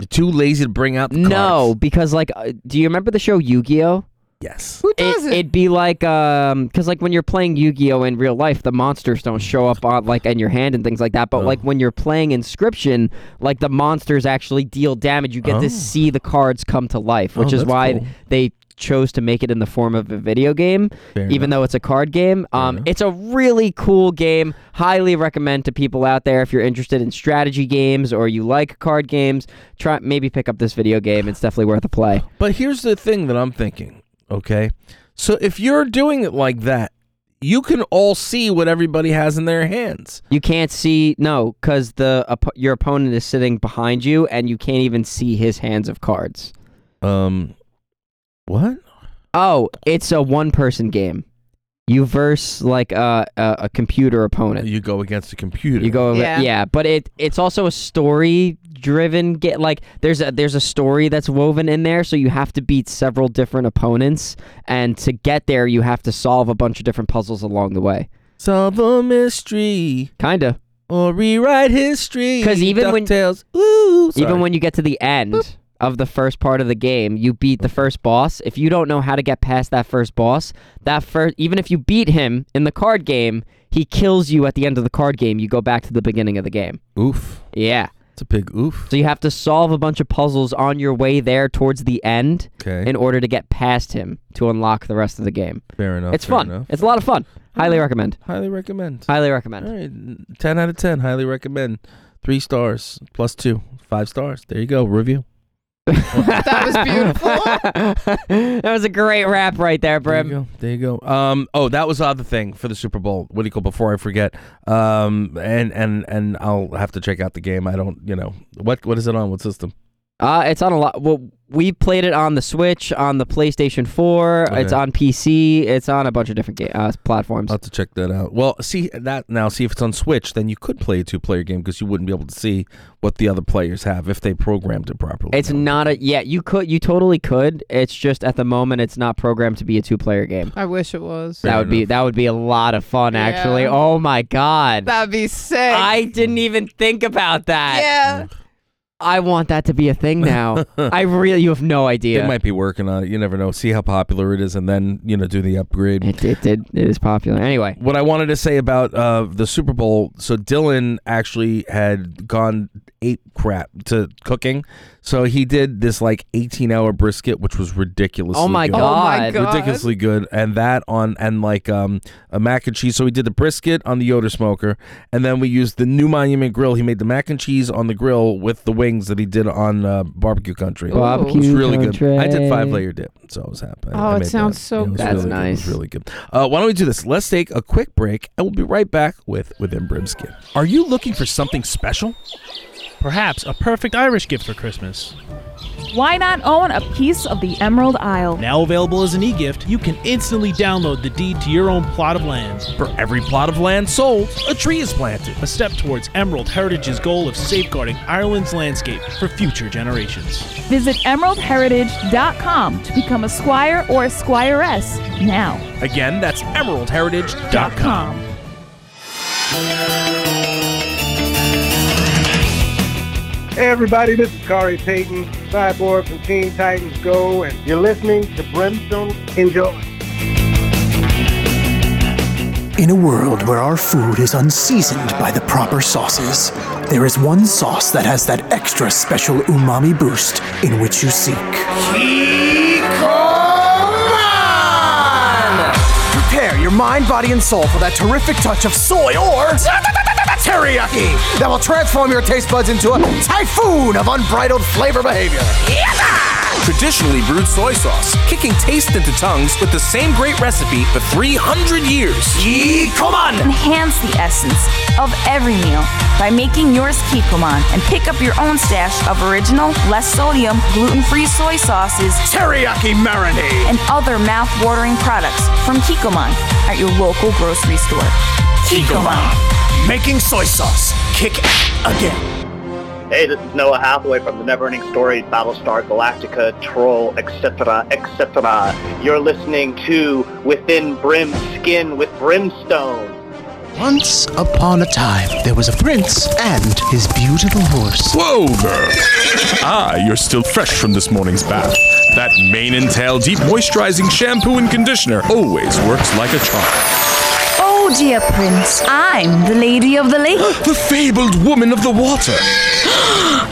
C: You're too lazy to bring out the
E: No, because like uh, do you remember the show Yu-Gi-Oh?
C: Yes.
E: Who does it? It'd be like um cuz like when you're playing Yu-Gi-Oh in real life, the monsters don't show up on like in your hand and things like that, but
C: Oh.
E: like when you're playing Inscription, like the monsters actually deal damage. You get
C: Oh.
E: to see the cards come to life,
C: Oh,
E: which is
C: that's
E: why
C: cool.
E: they chose to make it in the form of a video game
C: Fair
E: even though it's a card game um, it's a really cool game highly recommend to people out there if you're interested in strategy games or you like card games try maybe pick up this video game it's definitely worth a play
C: But here's the thing that I'm thinking, okay? So if you're doing it like that, you can all see what everybody has in their hands.
E: You can't see no, because the op- your opponent is sitting behind you, and you can't even see his hands of cards.
C: Um, what?
E: Oh, it's a one-person game. You verse like a a, a computer opponent.
C: You go against a computer.
E: You go,
C: Yeah.
E: yeah. yeah, but it it's also a story-driven game. Like there's a there's a story that's woven in there, so you have to beat several different opponents, and to get there, you have to solve a bunch of different puzzles along the way.
C: Solve a mystery.
E: Kinda.
C: Or rewrite history.
E: 'Cause even when-
C: DuckTales. Ooh, sorry.
E: Even when you get to the end of the first part of the game, you beat the first boss. If you don't know how to get past that first boss, that first even if you beat him in the card game, he kills you at the end of the card game. You go back to the beginning of the game.
C: Oof.
E: Yeah.
C: It's a big oof.
E: So you have to solve a bunch of puzzles on your way there towards the end
C: Okay.
E: in order to get past him to unlock the rest of the game.
C: Fair enough.
E: it's
C: Oh, fair
E: fun.
C: enough.
E: It's a lot of fun. Highly recommend.
C: Highly recommend.
E: Highly recommend.
C: *laughs* All right. 10 out of 10. Highly recommend. Three stars plus two. Five stars. There you go. Review.
D: that was beautiful.
E: *laughs* that was a great rap right there, Brim.
C: There you go. There you go. Um, oh, that was the other thing for the Super Bowl. What do you call? Before I forget, um, and and and I'll have to check out the game. I don't, you know, what what is it on? What system?
E: Uh, it's on a lot. Well, we played it on the Switch, on the PlayStation 4. It's
C: Okay.
E: on PC. It's on a bunch of different ga- uh, platforms.
C: I'll have to check that out. Well, see that now. See if it's on Switch, then you could play a two-player game because you wouldn't be able to see what the other players have if they programmed it properly.
E: It's not a yeah. You could, you totally could. It's just at the moment, it's not programmed to be a two-player game.
D: I wish it was.
E: that would be that would be a lot of fun, actually.
D: Yeah.
E: Oh my god,
D: That'd be sick.
E: I didn't even think about that.
D: Yeah.
E: I want that to be a thing
C: *laughs*
E: now. I really, you have no idea.
C: They might be working on it. You never know. See how popular it is, and then you know do the upgrade.
E: It, it did. It is popular. Anyway,
C: what I wanted to say about uh, the Super Bowl. So Dylan actually had gone ape crap to cooking. So he did this like 18 hour brisket, which was ridiculously.
E: Oh my
C: good.
E: God. Oh my God.
C: Ridiculously good, and that on and like um a mac and cheese. So he did the brisket on the Yoder smoker, and then we used the new Monument Grill. He made the mac and cheese on the grill with the wings that he did on uh, barbecue country.
E: Barbecue
C: it was really good. I did
E: Country.
C: five layer dip, so I was happy. I-
D: Oh,
C: I
D: it
C: made
D: sounds
C: that.
D: so
C: it was
D: good.
C: really
D: That's
C: It was really good. Uh, why don't we do this? Let's take a quick break, and we'll be right back with Within Brimskin.
M: Are you looking for something special? Perhaps a perfect Irish gift for Christmas.
N: Why not own a piece of the Emerald Isle?
M: Now available as an e gift, you can instantly download the deed to your own plot of land. For every plot of land sold, a tree is planted. A step towards Emerald Heritage's goal of safeguarding Ireland's landscape for future generations.
N: Visit emeraldheritage.com to become a squire or a squiress now.
M: Again, that's emeraldheritage.com.
O: Hey everybody, this is Kari Payton, Cyborg from Teen Titans Go, and you're listening to Brimstone. Enjoy.
P: In a world where our food is unseasoned by the proper sauces, there is one sauce that has that extra special umami boost in which you seek. Prepare your mind, body, and soul for that terrific touch of soy or teriyaki that will transform your taste buds into a typhoon of unbridled flavor behavior.
Q: Traditionally brewed soy sauce, kicking taste into tongues with the same great recipe for 300 years.
R: Enhance the essence of every meal by making yours Kikoman and pick up your own stash of original, less sodium, gluten-free soy sauces,
P: teriyaki marinade,
R: and other mouth-watering products from Kikoman at your local grocery store.
P: Kikoman, making soy sauce kick again.
S: Hey, this is Noah Hathaway from the Neverending Stories, Battlestar Galactica, Troll, etc., etc. You're listening to Within Brim Skin with Brimstone.
P: Once upon a time, there was a prince and his beautiful horse.
T: Whoa, girl! Ah, you're still fresh from this morning's bath. That mane and tail deep moisturizing shampoo and conditioner always works like a charm.
R: Oh dear prince, I'm the lady of the lake.
T: the fabled woman of the water.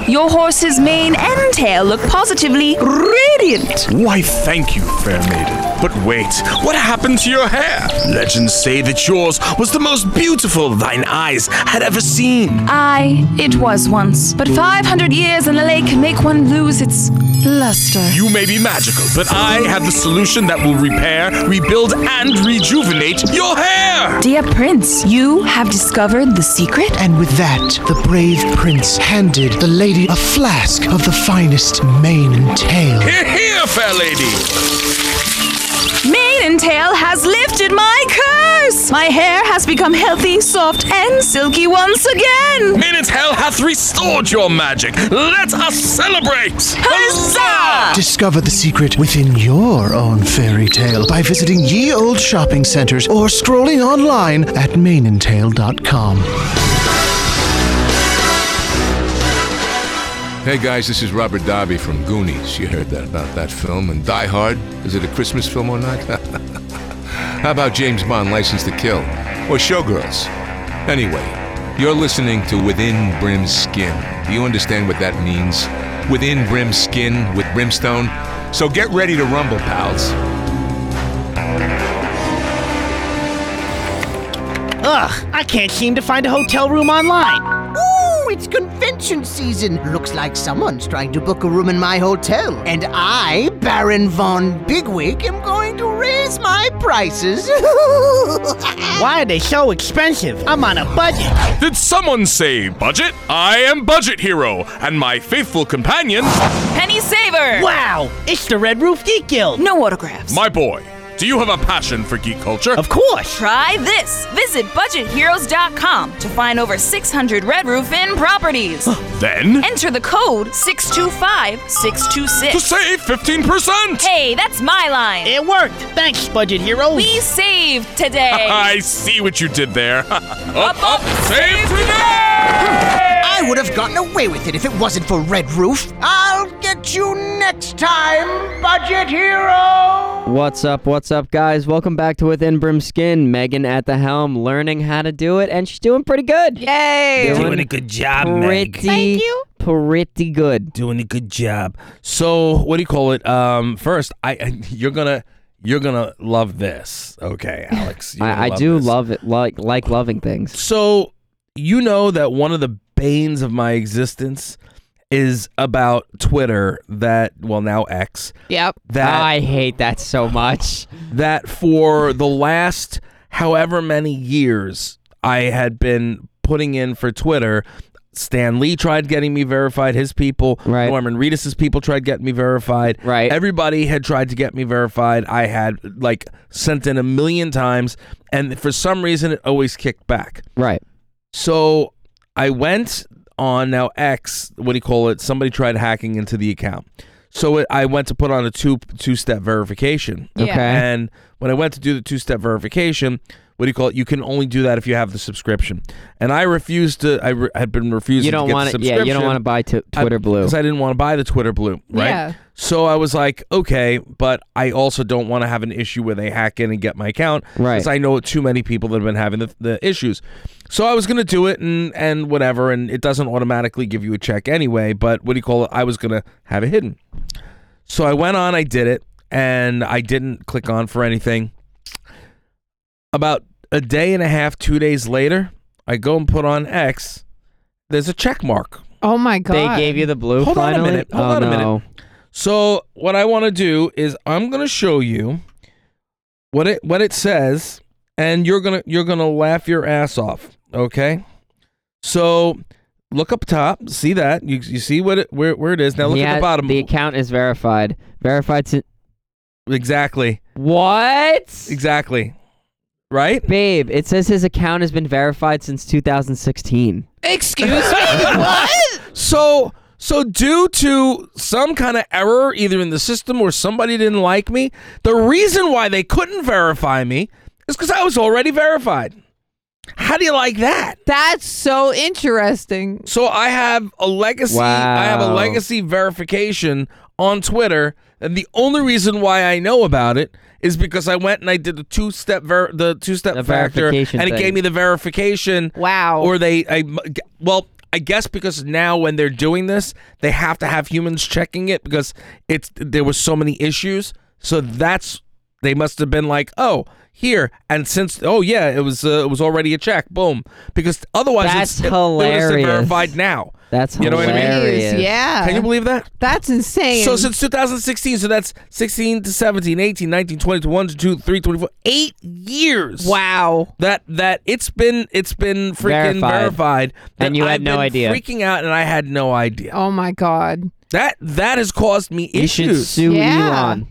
R: Your horse's mane and tail look positively radiant.
T: Why, thank you, fair maiden. But wait, what happened to your hair? Legends say that yours was the most beautiful thine eyes had ever seen.
R: Aye, it was once, but 500 years in a lake make one lose its luster.
T: You may be magical, but I have the solution that will repair, rebuild, and rejuvenate your hair!
R: Dear Prince, you have discovered the secret?
P: And with that, the brave prince handed the lady a flask of the finest mane and tail.
T: Here, here, fair lady!
R: Mane and tail has lifted my curse! My hair has become healthy, soft, and silky once again!
T: Mane and Tail hath restored your magic. Let us celebrate!
R: Huzzah!
P: Discover the secret within your own fairy tale by visiting ye old shopping centers or scrolling online at mainandtail.com.
U: Hey guys, this is Robert Darby from Goonies. You heard that about that film and Die Hard. Is it a Christmas film or not? *laughs* How about James Bond: License to Kill or Showgirls? Anyway, you're listening to Within Brim's Skin. Do you understand what that means? Within Brim's Skin with Brimstone. So get ready to rumble, pals.
L: Ugh, I can't seem to find a hotel room online.
A: it's convention season. Looks like someone's trying to book a room in my hotel. And I, Baron Von Bigwig, am going to raise my prices. *laughs*
V: Why are they so expensive? I'm on a budget.
T: Did someone say budget? I am Budget Hero, and my faithful companion,
V: Penny Saver! Wow! It's the Red Roof Geek Guild!
R: No autographs.
T: my boy. Do you have a passion for geek culture? Of
V: course.
R: Try this. Visit budgetheroes.com to find over 600 Red Roof Inn properties.
T: Then
R: Enter the code 625-626.
T: to save 15%.
R: Hey, that's my line.
V: It worked. Thanks, Budget Hero.
R: We saved
C: *laughs*
R: today.
T: I see what you did there. *laughs* up,
R: up, save
A: I would have gotten away with it if it wasn't for Red Roof. I'll get you next time, Budget Hero!
E: What's up? What's up, guys? Welcome back to Within Brim Skin. Megan at the helm, learning how to do it, and she's doing pretty good.
D: Yay!
E: Doing,
C: Doing a good job, Meg.
E: pretty, Thank you. Pretty good.
C: Doing a good job. So what do you call it? Um, first, I- I you're gonna you're gonna love this. Okay, Alex. You're gonna
E: I, I
C: love
E: do
C: this.
E: love it. Like like loving things.
C: So you know that one of the banes of my existence is about Twitter. That well now X.
D: Yep.
C: That
E: I hate that so much.
C: That for the last however many years I had been putting in for Twitter. Stan Lee tried getting me verified. His people, right. Norman Reedus's people tried getting me verified. Right. Everybody had tried to get me verified. I had like sent in a million times, and for some reason, it always kicked back.
E: Right.
C: So I went on now X. What do you call it? Somebody tried hacking into the account. So it, I went to put on a two two step verification.
E: Okay. Yeah.
C: And when I went to do the two step verification, what do you call it? You can only do that if you have the subscription. And I refused to. I re- had been refusing.
E: You don't
C: to get
E: want
C: the
E: to. Yeah, you don't want to buy t- Twitter Blue.
C: because I didn't want to buy the Twitter Blue, right?
E: Yeah.
C: So I was like, okay, but I also don't want to have an issue where they hack in and get my account,
E: Right.
C: Because I know too many people that have been having the, the issues. So I was gonna do it and and whatever, and it doesn't automatically give you a check anyway. But what do you call it? I was gonna have it hidden. So I went on, I did it, and I didn't click on for anything. About a day and a half, two days later, I go and put on X. There's a check mark.
D: Oh my god.
E: They gave you the blue.
C: Hold on
E: finally?
C: a minute. Hold
E: Oh,
C: on a
E: no.
C: minute. So what I want to do is I'm going to show you what it what it says, and you're gonna you're gonna laugh your ass off. Okay. So look up top. See that you you see what it where where it is now. Look
E: He
C: at
E: has-
C: the bottom.
E: The account is verified. Verified to.
C: Exactly.
E: What?
C: Exactly. Right?
E: Babe, it says his account has been verified since 2016.
C: Excuse me? what? So so due to some kind of error either in the system or somebody didn't like me, the reason why they couldn't verify me is cuz I was already verified. How do you like that?
D: That's so interesting.
C: So I have a legacy I have a
E: Wow.
C: legacy verification on Twitter and the only reason why I know about it is because I went and I did the two step ver- the two step factor and
E: verification
C: it
E: thing.
C: gave me the verification.
D: Wow.
C: Or they I well I guess because now when they're doing this, they have to have humans checking it because it's there was so many issues. So that's they must have been like, "Oh, here." And since oh yeah, it was uh, it was already a check. Boom. Because otherwise it's
E: That's
C: it- it would have said
E: hilarious.
C: verified now.
E: That's
C: You know what I mean?
E: hilarious.
D: Jeez, yeah.
C: Can you believe that?
D: That's insane.
C: So since 2016, so that's 16 to 17, 18, 19, 20, 21, 22, 23, 24, 8 years.
D: Wow.
C: That that it's been it's been freaking
E: Verified.
C: verified.
E: And you had
C: I've
E: no
C: been
E: idea.
C: Freaking out and I had no idea.
D: Oh my god.
C: That that has caused me
E: You
C: issues.
E: should sue
D: Yeah.
E: Elon.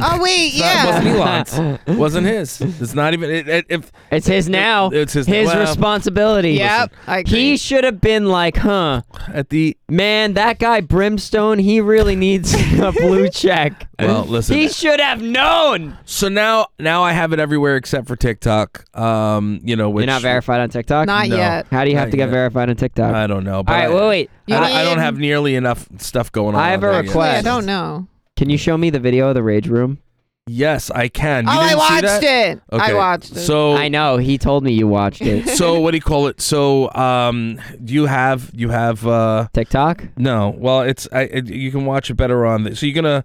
D: Oh wait,
C: That
D: yeah.
C: wasn't
E: *laughs*
C: Elon's. wasn't his. It's not even it, it- if
E: It's his now.
C: it's his,
E: his
C: well,
E: responsibility.
D: Yep, I agree.
E: He should have been like, huh?
C: At the
E: man, that guy Brimstone, he really needs *laughs* a blue check.
C: Well, listen.
E: He should have known.
C: So now now I have it everywhere except for TikTok. Um, you know, which
E: You're not verified on TikTok.
D: Not No. yet.
E: How do you have
C: Not
E: to get
C: yet.
E: verified on TikTok?
C: I don't know. But
E: All right,
C: I,
E: wait, wait.
C: I,
E: You
C: don't- I don't
E: need-
C: have nearly enough stuff going on.
E: I have
C: on
E: a
C: there yet.
E: request.
D: I don't know.
E: Can you show me the video of the rage room?
C: Yes, I can. You
D: Oh, I
C: didn't see
D: watched
C: that?
D: it. I watched it.
C: So
E: I know *laughs* he told me you watched
D: *laughs*
E: it.
C: so what do you call it? So um, do you have you have uh
E: TikTok?
C: No. Well, it's I. It, you can watch it better on. The, so you're gonna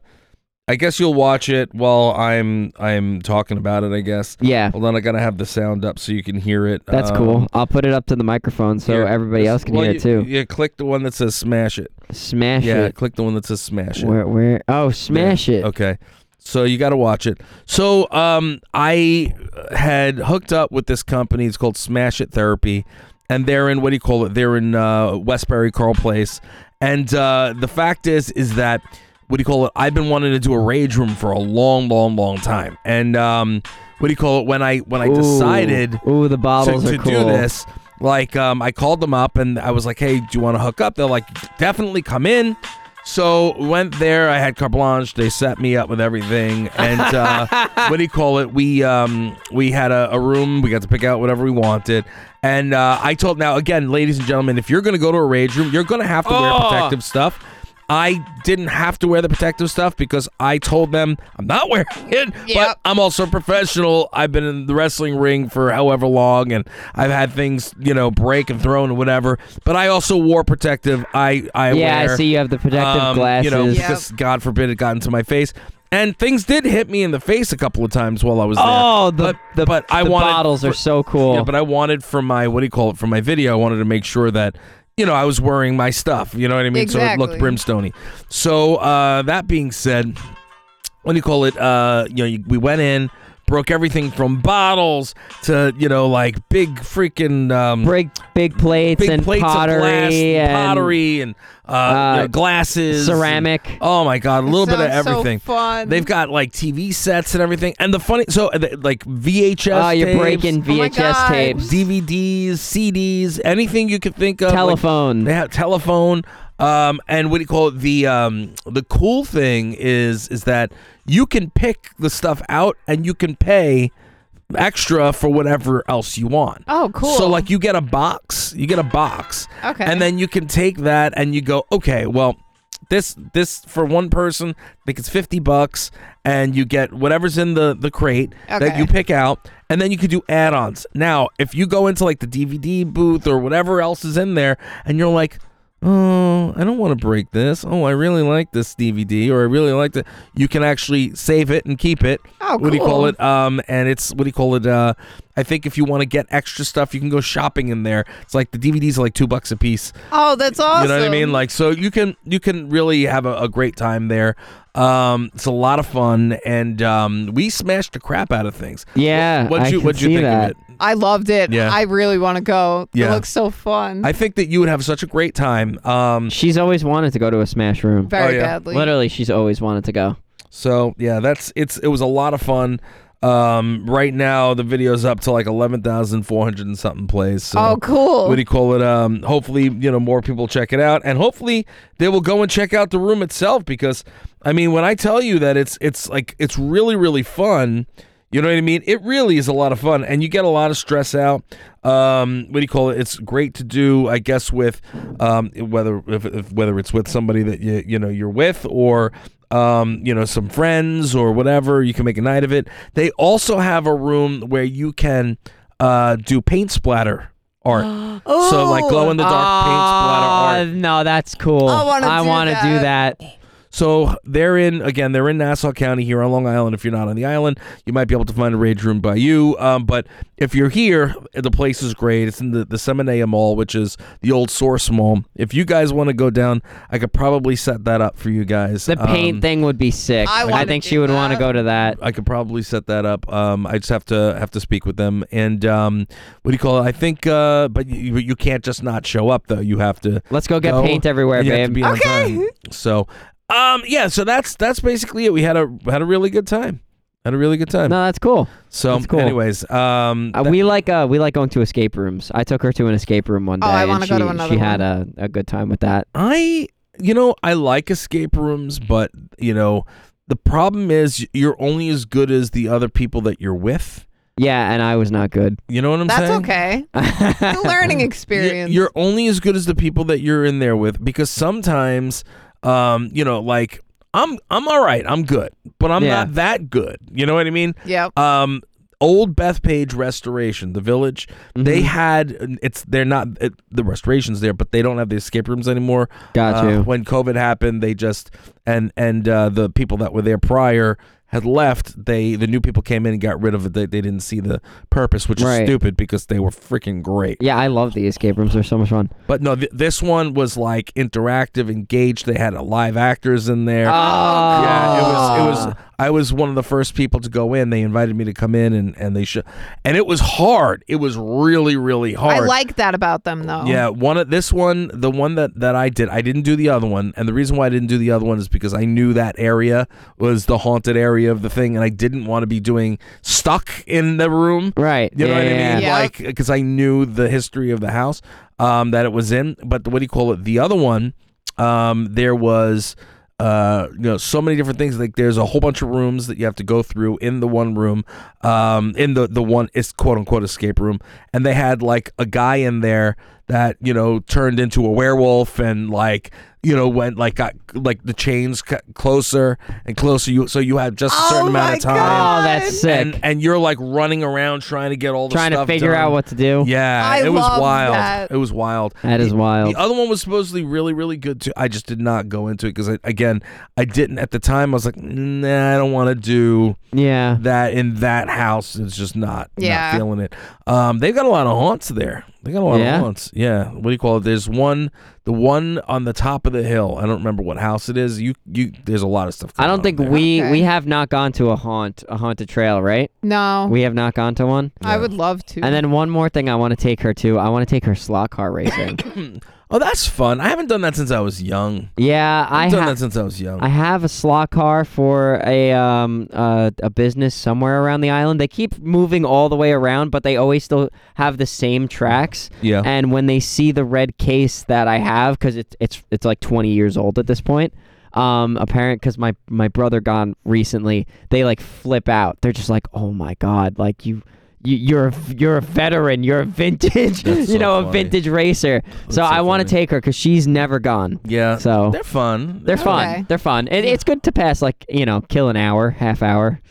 C: I guess you'll watch it while I'm I'm talking about it. I guess.
E: Yeah.
C: Hold on, I gotta have the sound up so you can hear it.
E: That's
C: Um,
E: cool. I'll put it up to the microphone so
C: here,
E: everybody
C: this-
E: else can
C: well,
E: hear
C: you-
E: it too.
C: Yeah, click the one that says
E: *laughs*
C: smash it.
E: Smash
C: Yeah,
E: it.
C: click the one that says smash it.
E: Where, where? Oh, smash it.
C: Okay. So you got to watch it. So um, I had hooked up with this company. It's called Smash It Therapy, and they're in what do you call it? They're in uh, Westbury Carl Place. And uh, the fact is, is that what do you call it? I've been wanting to do a rage room for a long, long, long time. And um, what do you call it? When I when I
E: Ooh.
C: decided
E: Ooh, the bottles
C: to,
E: are
C: to do
E: cool.
C: this, like um, I called them up and I was like, "Hey, do you want to hook up?" They're like, "Definitely come in." So went there. I had carte blanche. They set me up with everything,
E: *laughs*
C: and uh, what do you call it? We um, we had a, a room. We got to pick out whatever we wanted. And uh, I told now again, ladies and gentlemen, if you're going to go to a rage room, you're going to have to wear
L: Oh.
C: protective stuff. I didn't have to wear the protective stuff because I told them I'm not wearing it, but I'm also a professional. I've been in the wrestling ring for however long and I've had things, you know, break and thrown and whatever. But I also wore protective. I, I
E: Yeah, I
C: wear, um,
E: see you have the protective
C: You know,
E: glasses.
C: because God forbid it got into my face. And things did hit me in the face a couple of times while I was there.
E: Oh, the-
C: but, but I
E: the
C: wanted
E: bottles are
C: for-
E: so cool.
C: Yeah, but I wanted for my what do you call it for my video? I wanted to make sure that you know I was wearing my stuff. You know what I mean? So it looked
E: Exactly.
C: brimstony. So uh, that being said, what do you call it? Uh, you know, you, we went in. Broke everything from bottles to you know like big freaking um,
E: big big plates
C: big
E: and
C: plates
E: pottery
C: of glass
E: and-
C: pottery and uh, you know, glasses, and-
E: ceramic.
C: oh my god, a little bit of
E: sounds so
C: everything.
E: fun.
C: They've got like TV sets and everything. And the funny, so uh, th- like VHS.
E: Oh, you're
C: tapes,
E: breaking Oh my VHS God. tapes.
C: DVDs, CDs, anything you could think of. like,
E: Telephone.
C: they have telephone. Um, and what do you call it? The um, the cool thing is is that you can pick the stuff out and you can pay extra for whatever else you want.
D: Oh, cool.
C: So like you get a box, you get a box.
D: Okay.
C: And then you can take that and you go, okay, well, this this for one person, I think it's fifty bucks, and you get whatever's in the the crate that
L: Okay.
C: you pick out, and then you can do add-ons. Now, if you go into like the DVD booth or whatever else is in there, and you're like. Oh, I don't want to break this. Oh, I really like this DVD, or I really like it. You can actually save it and keep it.
L: Oh,
C: What do you call
L: cool.
C: it? um, and it's what do you call it? Uh, I think if you want to get extra stuff, you can go shopping in there. It's like the DVDs are like two bucks a piece.
D: Oh, that's awesome.
C: You know what I mean? Like, so you can you can really have a, a great time there. Um, it's a lot of fun, and um, we smashed the crap out of things.
E: Yeah,
C: what'd
E: I
C: you
E: can
C: what'd you
E: see
C: think
E: that.
C: of it?
D: I loved it.
C: Yeah.
D: I really want to go. It
C: Yeah.
D: looks so fun.
C: I think that you would have such a great time. Um,
E: She's always wanted to go to a smash room.
D: Very Oh, yeah. badly.
E: Literally, she's always wanted to go.
C: So yeah, that's it's it was a lot of fun. Um, right now the video's up to like eleven thousand four hundred and something plays. So
D: Oh, cool.
C: What do you call it? Um, hopefully you know more people check it out, and hopefully they will go and check out the room itself because I mean when I tell you that it's it's like it's really really fun. You know what I mean? It really is a lot of fun, and you get a lot of stress out. Um, what do you call it? It's great to do, I guess, with um, whether if, if, whether it's with somebody that you you know you're with, or um, you know some friends or whatever. You can make a night of it. They also have a room where you can uh, do paint splatter art.
E: *gasps*
C: so like glow in the dark paint
E: Ah.
C: splatter art.
E: Uh, No, that's cool.
C: I wanna
E: I
C: do
E: wanna do that.
C: So they're in again. They're in Nassau County here on Long Island. If you're not on the island, you might be able to find a rage room by you. Um, but if you're here, the place is great. It's in the the Seminea Mall, which is the old Source Mall. If you guys want to go down, I could probably set that up for you guys.
E: The paint thing would be sick.
C: I
E: I,
C: wanna
E: think she would want to go to that.
C: I could probably set that up. Um, I just have to have to speak with them. And um, what do you call it? I think, uh, but you, you can't just not show up though. You have to.
E: Let's go get paint everywhere,
C: and you have to
E: babe.
C: be on
E: Okay.
C: time. So, um, yeah. So that's that's basically it. We had a had a really good time. Had a really good time. *laughs*
E: No, that's cool.
C: So,
E: That's cool.
C: anyways, um,
E: Uh, we like uh, we like going to escape rooms. I took her to an escape room one day.
C: Oh, I
E: and
C: wanna go to
E: she-
C: another
E: She
C: one.
E: had a, a good time with that.
C: I, you know, I like escape rooms, but you know, the problem is you're only as good as the other people that you're with.
E: Yeah, and I was not good.
C: You know what I'm
D: That's
E: *laughs*
C: saying?
D: okay. it's a learning experience.
C: You're only as good as the people that you're in there with because sometimes, um, you know, like I'm I'm all right, I'm good, but I'm
L: Yeah.
C: not that good. You know what I mean?
L: Yep.
C: Um, old Bethpage Restoration, the village. They had it's they're not it, the restorations there, but they don't have the escape rooms anymore.
E: Got
C: Uh,
E: you.
C: When COVID happened, they just and and uh, the people that were there prior had left. They the new people came in and got rid of it. They, they didn't see the purpose, which
E: Right.
C: is stupid because they were freaking great.
E: Yeah, I love the escape rooms. They're so much fun.
C: But no, th- this one was like interactive, engaged. They had uh, live actors in there.
E: Oh.
D: Ah.
C: yeah, it was. It was. I was one of the first people to go in. They invited me to come in, and and they should. And it was hard. It was really, really hard.
D: I like that about them though.
C: Yeah, one of this one, the one that that I did, I didn't do the other one, and the reason why I didn't do the other one is because I knew that area was the haunted area of the thing, and I didn't want to be doing stuck in the room.
E: Right.
C: You know what I
E: yeah,
C: mean?
E: yeah.
C: Like because I knew the history of the house um, that it was in, but what do you call it? The other one, um, there was. Uh, you know, so many different things. Like, there's a whole bunch of rooms that you have to go through in the one room, um, in the the one is quote unquote escape room, and they had like a guy in there that you know turned into a werewolf and like you know went like got like the chains cut closer and closer. You so you have just a certain amount of time.
E: God. Oh, that's sick.
C: And, and you're like running around trying to get all the
E: Trying to
C: stuff
E: figure
C: done.
E: out what to do.
C: Yeah,
E: I
C: it was
E: love
C: wild.
E: that.
C: It was wild.
E: That is
C: The-
E: wild.
C: The other one was supposedly really, really good too. I just did not go into it because again, I didn't at the time. I was like, nah, I don't want to do
E: yeah
C: that in that house. It's just not
D: Yeah.
C: not feeling it. Um, they've got a lot of haunts there. They got a lot
E: Yeah?
C: of haunts. Yeah. What do you call it? There's one, the one on the top of the hill. I don't remember what house it is. You, you. There's a lot of stuff.
E: I don't think we we have not gone to a haunt a haunted trail, right?
C: Oh.
D: No.
E: We have not gone to one.
D: I would love to.
C: Mm-hmm.
E: And then one more thing I want to take her to. I want to take her slot car
C: *laughs*
E: racing.
C: Oh, that's fun. I haven't done that since I was young.
E: yeah, I
C: I've done
E: ha-
C: that since I was young.
E: I have a slot car for a um uh, a business somewhere around the island. They keep moving all the way around, but they always still have the same tracks.
C: Yeah.
E: And when they see the red case that I have, because it's it's it's like 20 years old at this point. Um, apparent because my my brother gone recently. They like flip out. They're just like, oh my god, like you. you- You're a, you're a veteran. You're a vintage, *laughs*
C: That's
E: you
C: so
E: know, a
C: funny.
E: vintage racer. so, I want to take her because she's never gone.
C: Yeah.
E: So
C: They're fun.
E: they're fun.
C: Okay.
E: They're fun. It, it's good to pass like you know, kill an hour, half hour.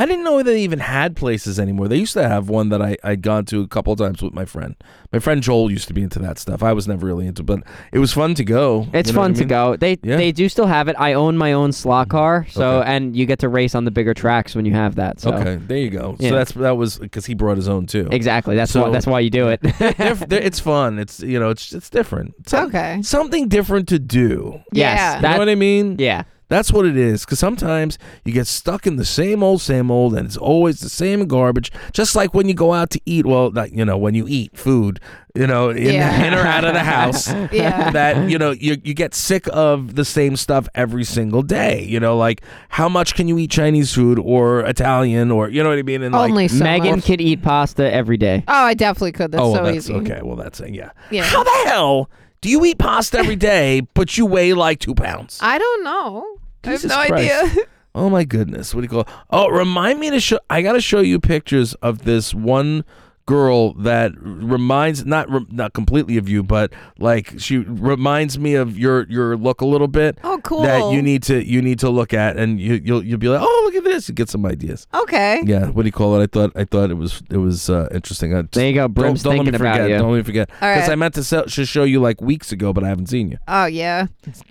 C: I didn't know they even had places anymore. They used to have one that I, I'd gone to a couple of times with my friend. My friend Joel used to be into that stuff. I was never really into but it was fun to go.
E: It's
C: You know what
E: fun
C: I
E: to
C: mean?
E: go. They
C: Yeah.
E: they do still have it. I own my own slot car, so
C: Okay.
E: and you get to race on the bigger tracks when you have that. So.
C: Okay, there you go.
E: Yeah.
C: So that's that was because he brought his own too.
E: Exactly. That's
C: So-
E: why that's why you do it. *laughs*
C: They're- they're- it's fun. It's you know it's it's different. okay. Something different to do.
E: Yes, Yeah.
C: you
E: that-
C: know what I mean.
E: Yeah.
C: That's what it is. Because sometimes you get stuck in the same old, same old, and it's always the same garbage. Just like when you go out to eat. Well, not, you know when you eat food. You know, in,
L: Yeah.
C: *laughs* in or out of the
D: *laughs*
C: house.
L: Yeah.
C: That you know you you get sick of the same stuff every single day. You know, like how much can you eat Chinese food or Italian or you know what I mean? And like,
E: Megan could eat pasta every day.
D: Oh, I definitely could. That's
C: oh, well,
D: so
C: that's,
D: easy.
C: Okay, well that's it. Yeah.
D: Yeah.
C: How the hell do you eat
D: *laughs*
C: pasta every day, but you weigh like two pounds?
D: I don't know.
C: Jesus
D: I have no *laughs*
C: Christ.
D: idea.
C: Oh my goodness! What do you call? Oh, remind me to show. I gotta show you pictures of this one girl that reminds not re- not completely of you, but like she reminds me of your your look a little bit.
D: Oh, cool.
C: That you need to you need to look at, and you you'll you'll be like, oh, look at this, you get some ideas.
D: Okay.
C: Yeah, what do you call it? I thought I thought it was it was uh, interesting. I there
E: you go.
D: Brim's
C: don't, don't
E: thinking
C: let me
E: about
C: forget.
E: you.
C: Don't let me forget.
D: All
C: Because
D: right.
C: I meant to, sell, to show you like weeks ago, but I haven't seen you.
D: Oh yeah.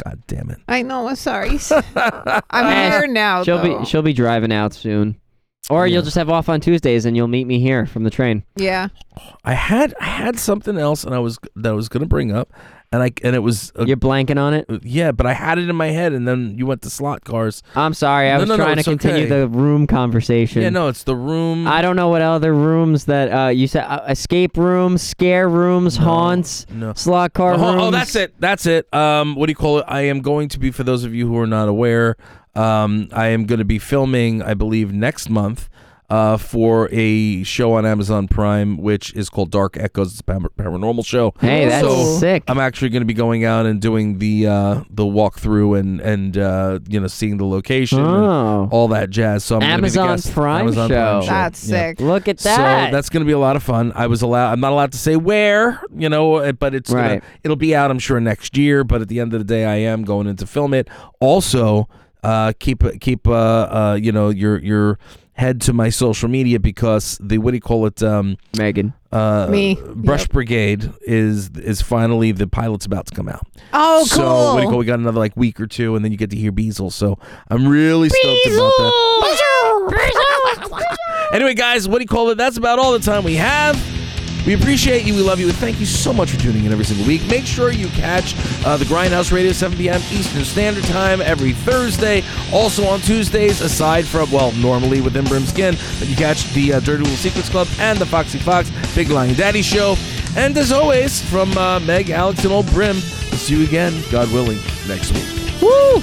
C: God damn it!
D: I know. I'm
C: *laughs*
D: sorry. I'm here now.
E: She'll
D: though.
E: be she'll be driving out soon, or you'll just have off on Tuesdays and you'll meet me here from the train.
D: Yeah.
C: I had I had something else, and I was that I was gonna bring up, and I and it was uh,
E: you're blanking on it.
C: Yeah, but I had it in my head, and then you went to slot cars.
E: I'm sorry, I
C: No,
E: was
C: no, no,
E: trying to
C: it's
E: continue
C: okay.
E: the room conversation.
C: Yeah, no, it's the room.
E: I don't know what other rooms that uh, you said uh, escape rooms, scare rooms, haunts,
C: no.
E: slot car
C: oh,
E: rooms.
C: oh, that's it. That's it. Um, what do you call it? I am going to be for those of you who are not aware. Um, I am going to be filming, I believe, next month. Uh, for a show on Amazon Prime, which is called Dark Echoes, it's a par- paranormal show.
E: Hey, that's sick.
C: I'm actually going to be going out and doing the uh, the walkthrough and and uh, you know seeing the location, and
E: Oh.
C: all that jazz. So I'm gonna be the
E: Amazon
C: guest-
E: Prime
C: Amazon
E: show.
C: Prime
E: That's
C: Yeah.
E: sick. Look at
C: So
E: that.
C: that's going to be a lot of fun. I was allowed. I'm not allowed to say where, you know, uh, but it's
E: Right.
C: gonna, it'll be out. I'm sure next year. But at the end of the day, I am going in to film it. Also, uh, keep keep uh, uh, you know your your head to my social media because the what do you call it? Um,
E: Megan.
C: Uh,
D: Me.
C: Brush
D: Yep.
C: Brigade is is finally the pilot's about to come out.
D: Oh,
C: So what do you
D: cool.
C: call? We got another like week or two, and then you get to hear Beazle. So I'm really stoked about that. Anyway, guys, what do you call it? That's about all the time we have. We appreciate you. We love you. And thank you so much for tuning in every single week. Make sure you catch uh, the Grindhouse Radio, 7 p.m. Eastern Standard Time every Thursday. Also on Tuesdays, aside from, well, normally within Brim Skin, but you catch the uh, Dirty Little Secrets Club and the Foxy Fox Big Lion Daddy Show. And as always, from uh, Meg, Alex, and old Brim, we'll see you again, God willing, next week. Woo!